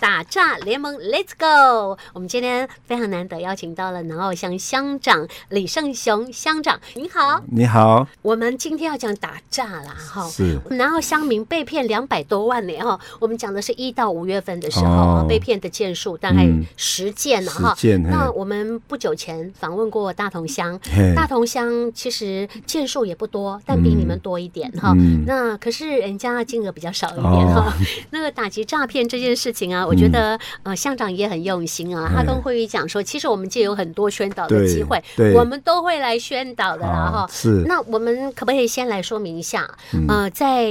打诈联盟，Let's go！我们今天非常难得邀请到了南澳乡乡长李胜雄乡长，您好。你好，我们今天要讲打诈啦，哈。是然后乡民被骗两百多万呢，哈，我们讲的是一到五月份的时候、哦被骗的件数大概嗯十件了实哈。践嘿那我们不久前访问过大同乡，嘿大同乡其实件数也不多，但比你们多一点哈。嗯那可是人家金额比较少一点哦哈。 那个打击诈骗这件事情啊，我觉得、呃乡长也很用心啊，他跟嗯会议讲说，其实我们借有很多宣导的对机会，对啊我们都会来宣导的啦哈。是嗯那我们可不可以先来说明一下？呃，在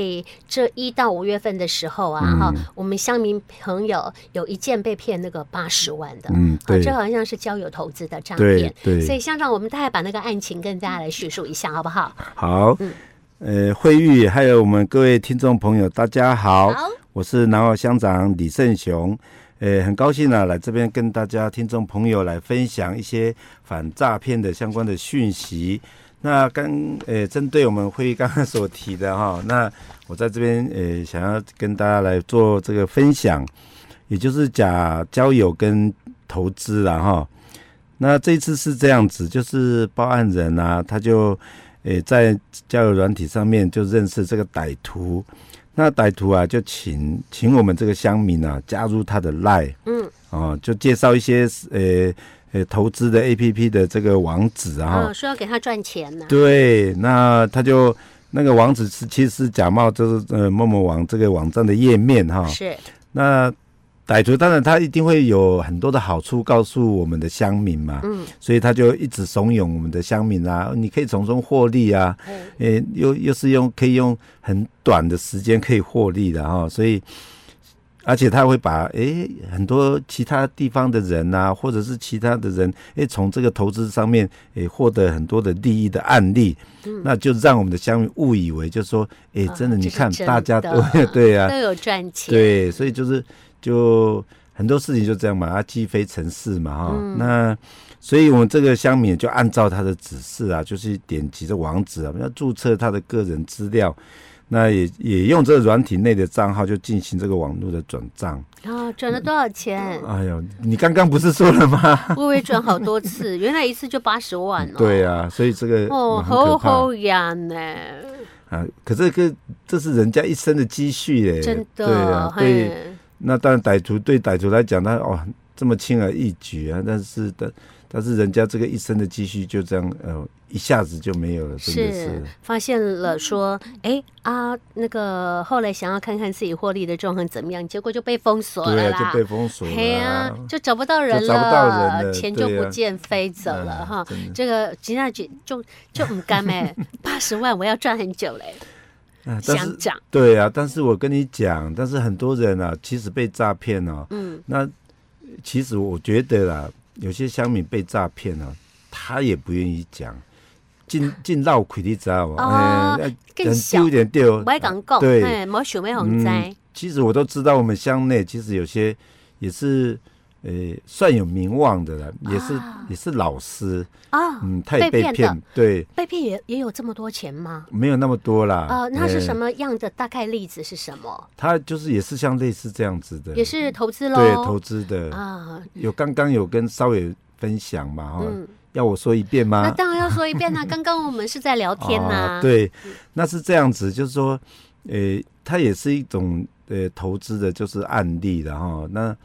这一到五月份的时候啊，嗯哈、我们乡民朋友有一件被骗那个八十万的，嗯啊对这好像是交友投资的诈对骗。对所以乡长，我们大概把那个案情跟大家来叙述一下，好不好？好，呃，慧玉还有我们各位听众朋友，大家好，好我是南澳乡长李胜雄，呃，很高兴啊来这边跟大家听众朋友来分享一些反诈骗的相关的讯息。那刚呃，针对我们会议刚刚所提的哈，那我在这边呃，想要跟大家来做这个分享，也就是假交友跟投资啦哈。那这一次是这样子，就是报案人啊，他就诶在交友软体上面就认识这个歹徒，那歹徒啊就请请我们这个乡民啊加入他的赖，嗯，哦，就介绍一些呃呃投资的 A P P 的这个网址啊，啊，说要给他赚钱呢、对，那他就那个网址是其实是假冒就是呃陌陌网这个网站的页面哈、是那歹徒当然他一定会有很多的好处告诉我们的乡民嘛，嗯，所以他就一直怂恿我们的乡民啊，你可以从中获利啊，哦诶、又又是用可以用很短的时间可以获利的哈、所以。而且他会把诶很多其他地方的人啊，或者是其他的人诶从这个投资上面诶获得很多的利益的案例，那就让我们的乡民误以为就说诶嗯啊真的这你是看真大家都 的对啊，都有赚钱，，对，所以就是就很多事情就这样嘛，啊，鸡飞城市嘛哈、嗯那所以我们这个乡民就按照他的指示啊，就是点击这网址啊，要注册他的个人资料，那也也用这个软体内的账号就进行这个网络的转账。然后哦赚了多少钱？ 哎呦，你刚刚不是说了吗？我也赚好多次， 原来一次就八十万哦。对啊，所以这个哦，很可好怕好呀呢，啊！可这个这是人家一生的积蓄耶，真的，对啊，对。嘿那当然，歹徒对歹徒来讲，他哦这么轻而易举啊，但是但但是人家这个一生的积蓄就这样呃一下子就没有了，真的是是发现了说，哎啊，那个后来想要看看自己获利的状况怎么样，结果就被封锁对了啊，啦，就被封锁了、嘿呀、就找不到人了，就找不到人了钱就对不啊见飞走了、哎哈真。的这个吉娜姐就就唔甘哎， 八十万我要赚很久嘞，啊但想是涨，对啊，但是我跟你讲，但是很多人啊，其实被诈骗哦，嗯，那其实我觉得啦，有些乡民被诈骗了、他也不愿意讲。进进闹鬼，你知道吗？哦 哎，更很小丢脸丢。我还敢讲，啊对哎，冇想要红灾，其实我都知道，我们乡内其实有些也是，呃，算有名望的了，也是、啊也是老师，啊，嗯，他也被被骗骗，的对，被骗也也有这么多钱吗？没有那么多啦。呃，那是呃什？么样的大概例子是什么？他就是也是像类似这样子的，也是投资喽，对投资的，啊，有刚刚有跟稍微分享嘛哈、嗯，要我说一遍那吗？当然要说一遍啦、刚刚我们是在聊天嗯呐、 啊，对，那是这样子，就是说，呃，它也是一种呃投资的，就是案例的哈。那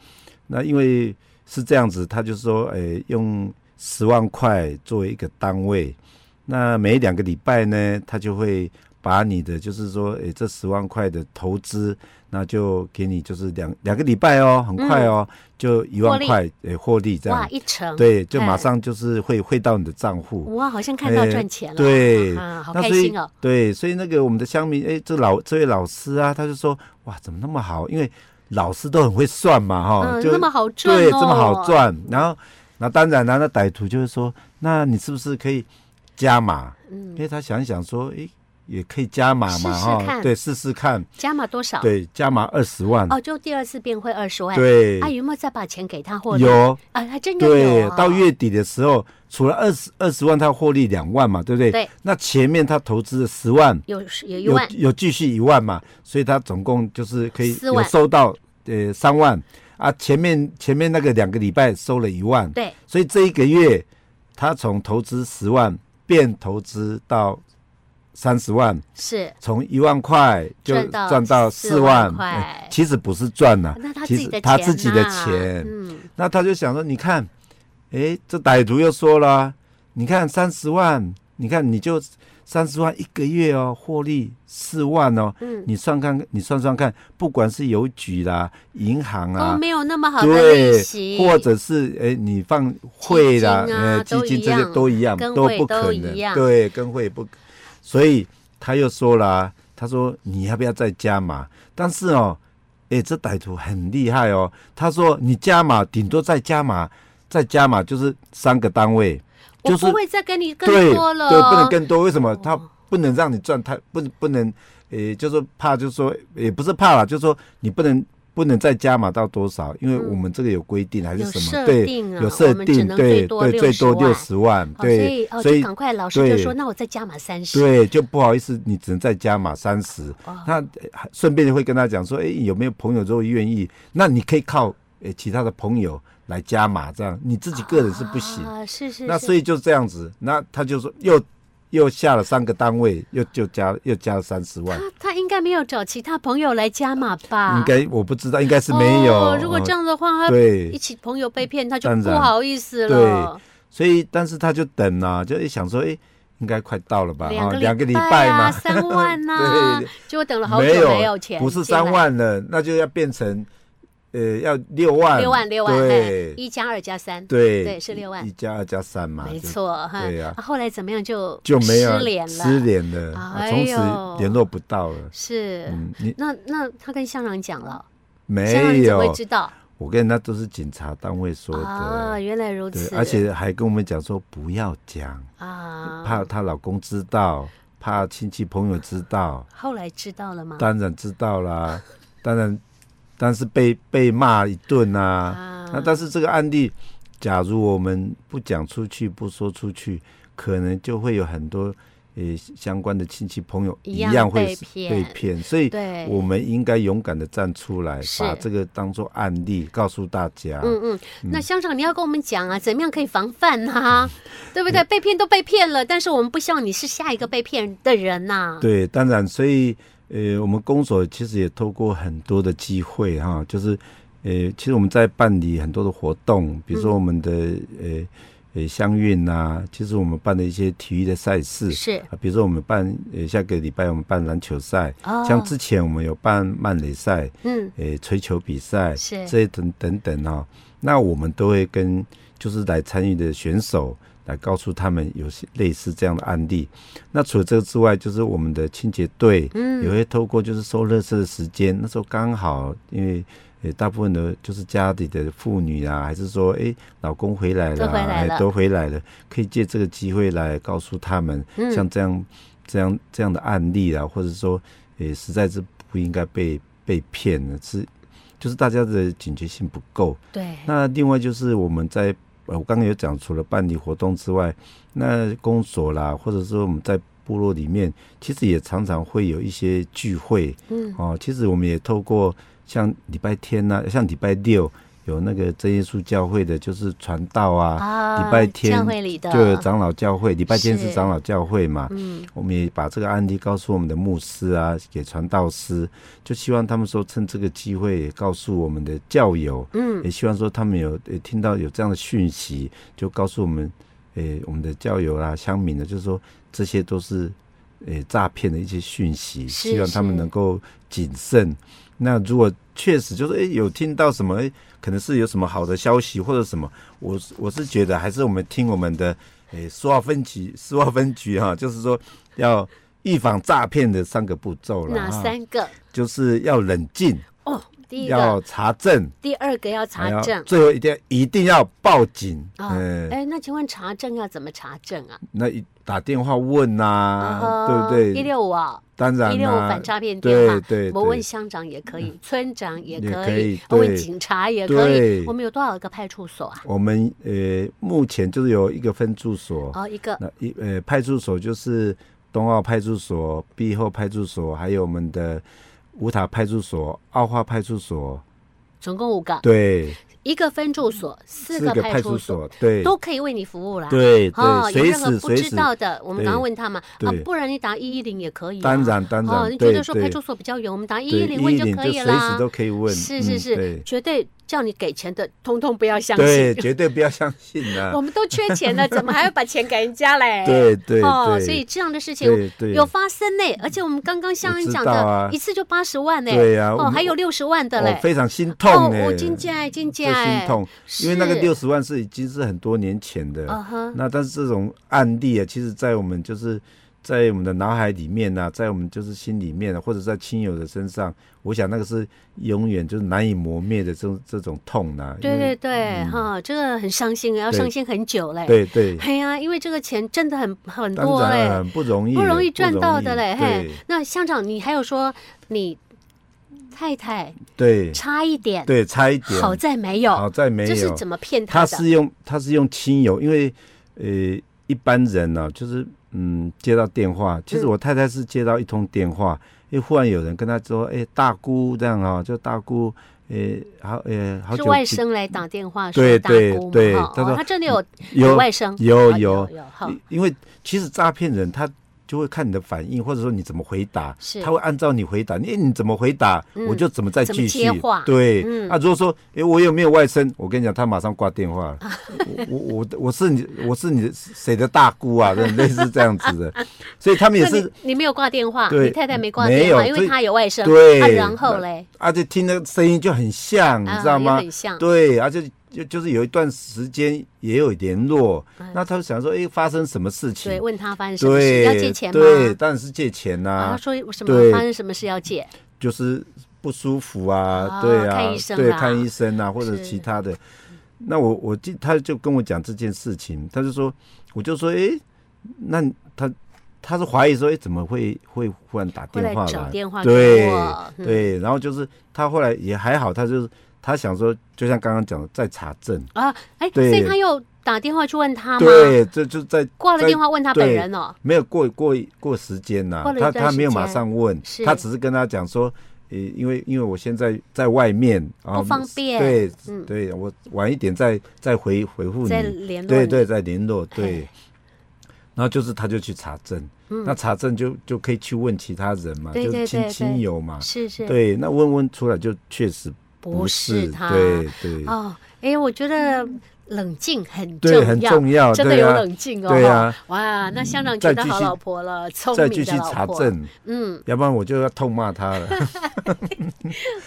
那因为是这样子，他就说，呃，用十万块作为一个单位，那每两个礼拜呢，他就会把你的就是说，诶，这十万块的投资，那就给你就是两两个礼拜哦，很快哦，嗯就一万块，诶，获利这哇，样，一成，对，就马哎上就是会汇到你的账户。哇，好像看到哎赚钱了，对啊，好那开所以心哦，对，所以那个我们的乡民，哎，这老这位老师啊，他就说，哇，怎么那么好？因为老师都很会算嘛，哈、嗯，就那么好赚、哦，对，这么好，赚。然后，那当然啦、那歹徒就会说，那你是不是可以加码？嗯因，为他想一想说，哎，也可以加码嘛，试试看哈，对，试试看，加码多少？对，加码二十万，哦，就第二次变汇二十万，，对，啊，有没有再把钱给他或者有。啊？还真的对，有、啊，到月底的时候，除了二十二十万，他获利两万嘛，对不对？对。那前面他投资了十万，有有一有万，有继续一万嘛，所以他总共就是可以四有万收到呃三万啊，前面前面那个两个礼拜收了一万，对，所以这一个月他从投资十万变投资到三十万，是。从一万块就赚到赚到四万4万，块哎其实不是赚呐、那他自其己实的他钱自己的呐钱，嗯，那他就想说，你看，诶，这歹徒又说了啊，你看三十万，你看你就三十万一个月哦，获利四万哦，嗯你算看，你算算看，不管是邮局啦、银行都啊，没有那么好的利对息，，或者是诶，你放汇啦，基金啊呃，基都金一这些样都一样，跟都汇不可都一能样，对，跟汇不可，所以他又说了啊，他说你要不要再加码？但是哦，诶，这歹徒很厉害哦，他说你加码，顶多再加码，再加码就是三个单位，我就是不会再跟你更对多了，对，不能更多。为什么？他哦不能让你赚太不不能，呃，就是怕，就是说也不是怕了，就是说你不能不能再加码到多少，因为嗯我们这个有规定还是有什么？设对，定啊有设我们只定，能对最多对，最多六十60万，哦，所以对哦，，所就以赶快老师就对说，那我再加码三十，对，就不好意思，你只能再加码三十。哦那呃顺便会跟他讲说，哎，有没有朋友如果愿意，那你可以靠呃其他的朋友来加码，这样你自己个人是不行。啊，是是，那是所以就这样子，那他就说又又下了三个单位，又就加又加了三十万，他啊他应该没有找其他朋友来加码吧？应该我不知道，应该是没有。啊哦。如果嗯这样的话，他对一起朋友被骗，他就当不然好意思了。所以但是他就等啊，就一想说，哎、应该快到了吧？两哦个两个礼拜嘛啊，， 三万呐 对，结果等了好久没有钱，不是三，万了，那就要变成呃要六万，六万六万，哎对一加二加三，对对是六万一加二加三嘛，没就。错哈。对啊啊后来怎么样就就没有失联了，失联了，啊哎从此呦联络不到了。是。嗯，你那那他跟香郎讲了，香郎没怎么有会知道我跟人家都是警察单位说的，啊？原来如对此，，而且还跟我们讲说不要讲，啊，怕她老公知道，怕亲戚朋友知道，后来知道了吗？当然知道啦， 当然，但是被被骂一顿啊。啊那但是这个案例，假如我们不讲出去，不说出去，可能就会有很多呃相关的亲戚朋友一一样样会被是骗被骗，所以对我们应该勇敢的站出来，是把这个当做案例告诉大家。嗯嗯，那乡长你要跟我们讲啊，怎么样可以防范 啊？对不对？被骗都被骗了，但是我们不希望你是下一个被骗的人呐、对，当然，所以呃，我们公所其实也透过很多的机会哈，就是呃，其实我们在办理很多的活动，比如说我们的、呃呃乡运呐，其实我们办的一些体育的赛事。是啊，比如说我们办，呃，下个礼拜我们办篮球赛，哦像之前我们有办慢垒赛，嗯，诶、吹球比赛，是这些等等等哈、那我们都会跟就是来参与的选手来告诉他们有些类似这样的案例。那除了这个之外，就是我们的清洁队，嗯也会透过就是收垃圾的时间，那时候刚好因为。呃，大部分的就是家里的妇女啊，还是说，哎、老公回来了都啊，回来哎了都回来了，可以借这个机会来告诉他们，嗯像这样、这样、这样的案例啊，或者说，也实在是不应该被被骗的，是就是大家的警觉性不够。对，那另外就是我们在呃我刚刚有讲，除了办理活动之外，那公所啦，或者说我们在部落里面，其实也常常会有一些聚会嗯，哦。其实我们也透过像礼拜天呐、像礼拜六有那个真耶稣教会的，就是传道啊，啊，礼拜天教会里的，就有长老教会，礼拜天是是长老教会嘛，嗯，我们也把这个案例告诉我们的牧师啊，给传道师，就希望他们说趁这个机会也告诉我们的教友，嗯，也希望说他们有也听到有这样的讯息，就告诉我们，诶、我们的教友啊、乡民呢，就是说这些都是诶诈骗的一些讯息，是希望他们能够谨慎。那如果确实就是诶、有听到什么、诶可能是有什么好的消息或者什么，我是我是觉得还是我们听我们的诶苏澳分局苏澳分局哈、啊就是说要预防诈骗的三个步骤了哪哈，三个？就是要冷静，哦，第一个，要查证。第二个要还查要证。最后一定要一定要报警，啊，嗯、哎，那请问查证要怎么查证啊？呃那一打电话问呐、啊对不哦一对？六五啊，当然一六五啦、反诈骗电对话，对我问对，嗯乡长也可以，村长也也可可以以，我问对警察也可以。对我们有多少个派出所啊？我们呃目前就是有一个分驻所，哦，一个那一呃派出所就是东澳派出所、碧后派出所，还有我们的五塔派出所、澳化派出所、总共五个，对，一个分驻所，四四个个派派出出所，所，对，都可以为你服务啦。对哦，对，有随任何时不随知时，道的，我们赶快对问他嘛。啊对，不然你打一一零也可以、啊。当然当哦，然，你觉对得说派对出所比较远，我们打一对一零问110可以随啦。时都可以问，是是嗯是，对绝对叫你给钱的，通通不要相对， 信。绝对不要相信啊 我，们都缺钱了，怎么还要把钱给人家嘞？ 对对哦，对，所以这样的事情对对有发生嘞，而且我们刚刚香恩讲的，我知道啊一次就八十万嘞，对呀我哦，们还有六十万的哦嘞，非常心哦痛，哎，我金价金这价哎，心痛，因为那个是六十万是已经是很多年前的，嗯哼，那但是这种案例啊，其实，在我们就是在我们的脑海里面呢、在我们就是心里面、啊，或者在亲友的身上，我想那个是永远就是难以磨灭的这种这种痛啊。对因为对对，哈，这个很伤心，要对伤心很久嘞。对对，哎呀，因为这个钱真的很很当多然嘞，很不容易，不容易赚到的嘞。不容易嘿，那乡长，你还有说你太太对对差一点，对，差一点，好在没有，好在没有，这是怎么骗他的？是用他是用亲友，因为呃一般人呢、就是嗯接到电话，其实嗯我太太是接到一通电话，因为忽然有人跟她说，哎、大姑这样啊、就大姑，呃、好呃、好是久外不甥来打电话说对大对姑对嘛，哈他哦说嗯他真的有有外甥，有哦有有哈，因因为其实诈骗人他就会看你的反应，或者说你怎么回答，是他会按照你回答，你、哎你怎么回答，嗯我就怎么再继续。怎么接话对，嗯啊，如果说哎、我有没有外甥，我跟你讲，他马上挂电话 了。我我我我是你我是你谁的大姑 啊？这种类似这样子的，所以他们也那你是你没有挂电话，对你太太没挂没电有话，因所为以她有外甥，对啊然后嘞，而且听那个声音就很像，你啊知道也吗？很像，对，而且就就是有一段时间也有联络，嗯那他们想说，哎、发生什么事情对，？问他发生什么事对，要借钱吗？对，当然是借钱呐、啊，他说什么对发生什么事要借？就是不舒服啊，啊对啊，看医生对，啦看医生啊，或者是其他的。那我我记，他就跟我讲这件事情，他就说，我就说，诶，那他他是怀疑说，诶，怎么会会忽然打会电来话找来？电话给对我，嗯对，然后就是他后来也还好，他就是他想说，就像刚刚讲的，在查证，啊，哎，所对以他又打电话去问他吗？对，这就在挂了在电话问他本对人哦，没有过过过时间呐、过了一他段他没有时间马上问是，他只是跟他讲说，呃，因为因为我现在在外面啊，不方便对、嗯对，我晚一点再再回回复你，在联络对你，对，再联络对嘿。然后就是他就去查证，嗯那查证就就可以去问其他人嘛，对对就是对亲对亲友嘛，是是，对，那问问出来就确实不是是他对对、哦，哎，我觉得冷静很对，很重要，真的对有啊冷静哦，对啊，哇，那乡长再觉得继好续老婆了，聪再明继的续老查婆，证，嗯，要不然我就要痛骂他了。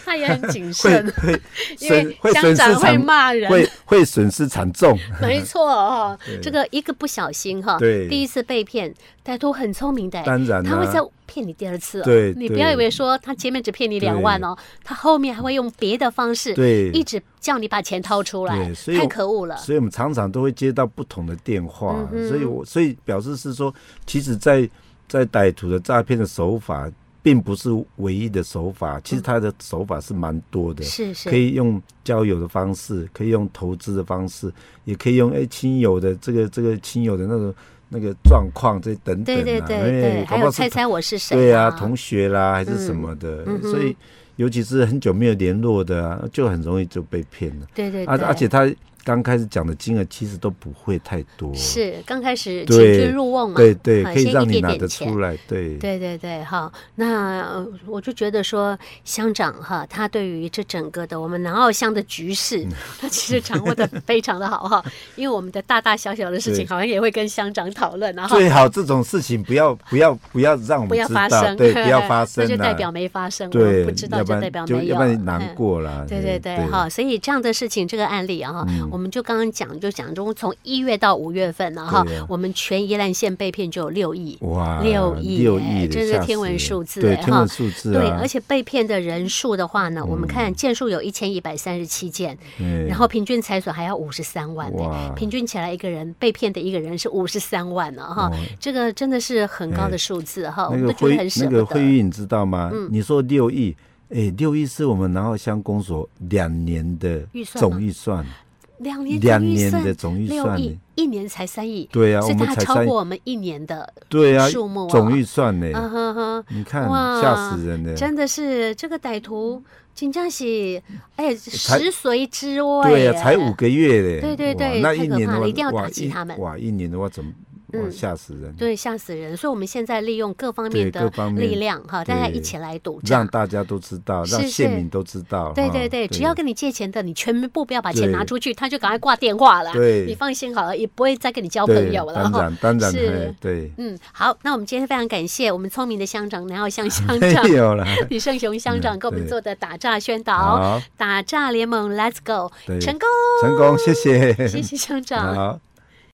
他也很 谨会慎，会因为损会乡损失长会惨骂人，会会损失惨重，没错哦，对这个一个不小心哈，对第一次被骗，歹徒很聪明的，当然啊他会啦再骗你第二次哦。对你不对要以为说他前面只骗你两万哦，他后面还会用别的方式，对一直叫你把钱掏出来对，所以太我可恶了。所以我们常常都会接到不同的电话嗯，哼所以我所以表示是说，其实在，在歹徒的诈骗的手法，并不是唯一的手法，其实他的手法是蛮多的，嗯是可是，以用交友的方式，可以用投资的方式，也可以用哎亲友的这个这个亲友的那种那个状况这等等、啊，对对对因为对，搞还不有好是猜猜我是谁？对啊，同学啦还是什嗯么的，嗯哼所以尤其是很久没有联络的、啊，就很容易就被骗了。啊对对而、对，而且他刚开始讲的金额其实都不会太多，是刚开始请对君入瓮嘛，对对，啊可以先让一你点拿点得钱出来，对对对对，好，那呃我就觉得说，乡长哈，他对于这整个的我们南澳乡的局势，嗯 他其实掌握的非常的好 哈，因为我们的大大小小的事情，对好像也会跟乡长讨论啊哈。最好这种事情不要不要不要让我不们要知发道，生，对，不要 发那生就代啦表没发生，我们，对不知道要不就代然表就没有，要不然难嗯过啦。对对对，哈，所以这样的事情，这个案例啊，哈，嗯我们就刚刚讲，就讲中从一月到五月份啊，哈对啊，我们全宜兰县被骗就有六亿，哇，六亿六耶亿嘞，真是吓死天文人数字对哎天哈文数字啊，对，而且被骗的人数的话呢，我们看件数有一千一百三十七件，嗯然后平均财损还要五十三万呢、哇平均起来一个人被骗的一个人是五十三万呢、哈哇，这个真的是很高的数字哈，我哦哎那们都哦个觉得会很舍那不得个嗯会。议你知道吗？你说六亿，哎，六亿是我们南澳乡公所两年的预算吗总预算，两年两的预年算的总预六算亿呢，，一年才三亿，对啊，所我以它们还才超三过我们一年的对啊数目啊总预算呢，嗯哼哼，你看哇吓死人了，真的是这个歹徒金正喜，哎，嗯才食髓知味，哎对呀，才五。个月嘞，对对对哇那太一可年怕的了话，一定要哇打击他们哇，一年的话怎么哇嗯吓死人，对，吓死人！所以我们现在利用各方面对的各方面力量哈，大家对一起来赌让账。大家都知道，是让县是民都知道，对哈对对，只要跟你借钱的，你全部不要把钱对拿出去，他就赶快挂电话了。对你放心好了，也不会再跟你交对朋友了。当哈然当然，是嘿对，嗯， 好，那我们今天非常感谢我们聪明的乡长，然后向乡没长 有了，李胜雄乡长嗯给我们对做的打诈宣导，好，打诈联盟，Let's go，对成功，成功，谢谢，谢谢乡长。啊好。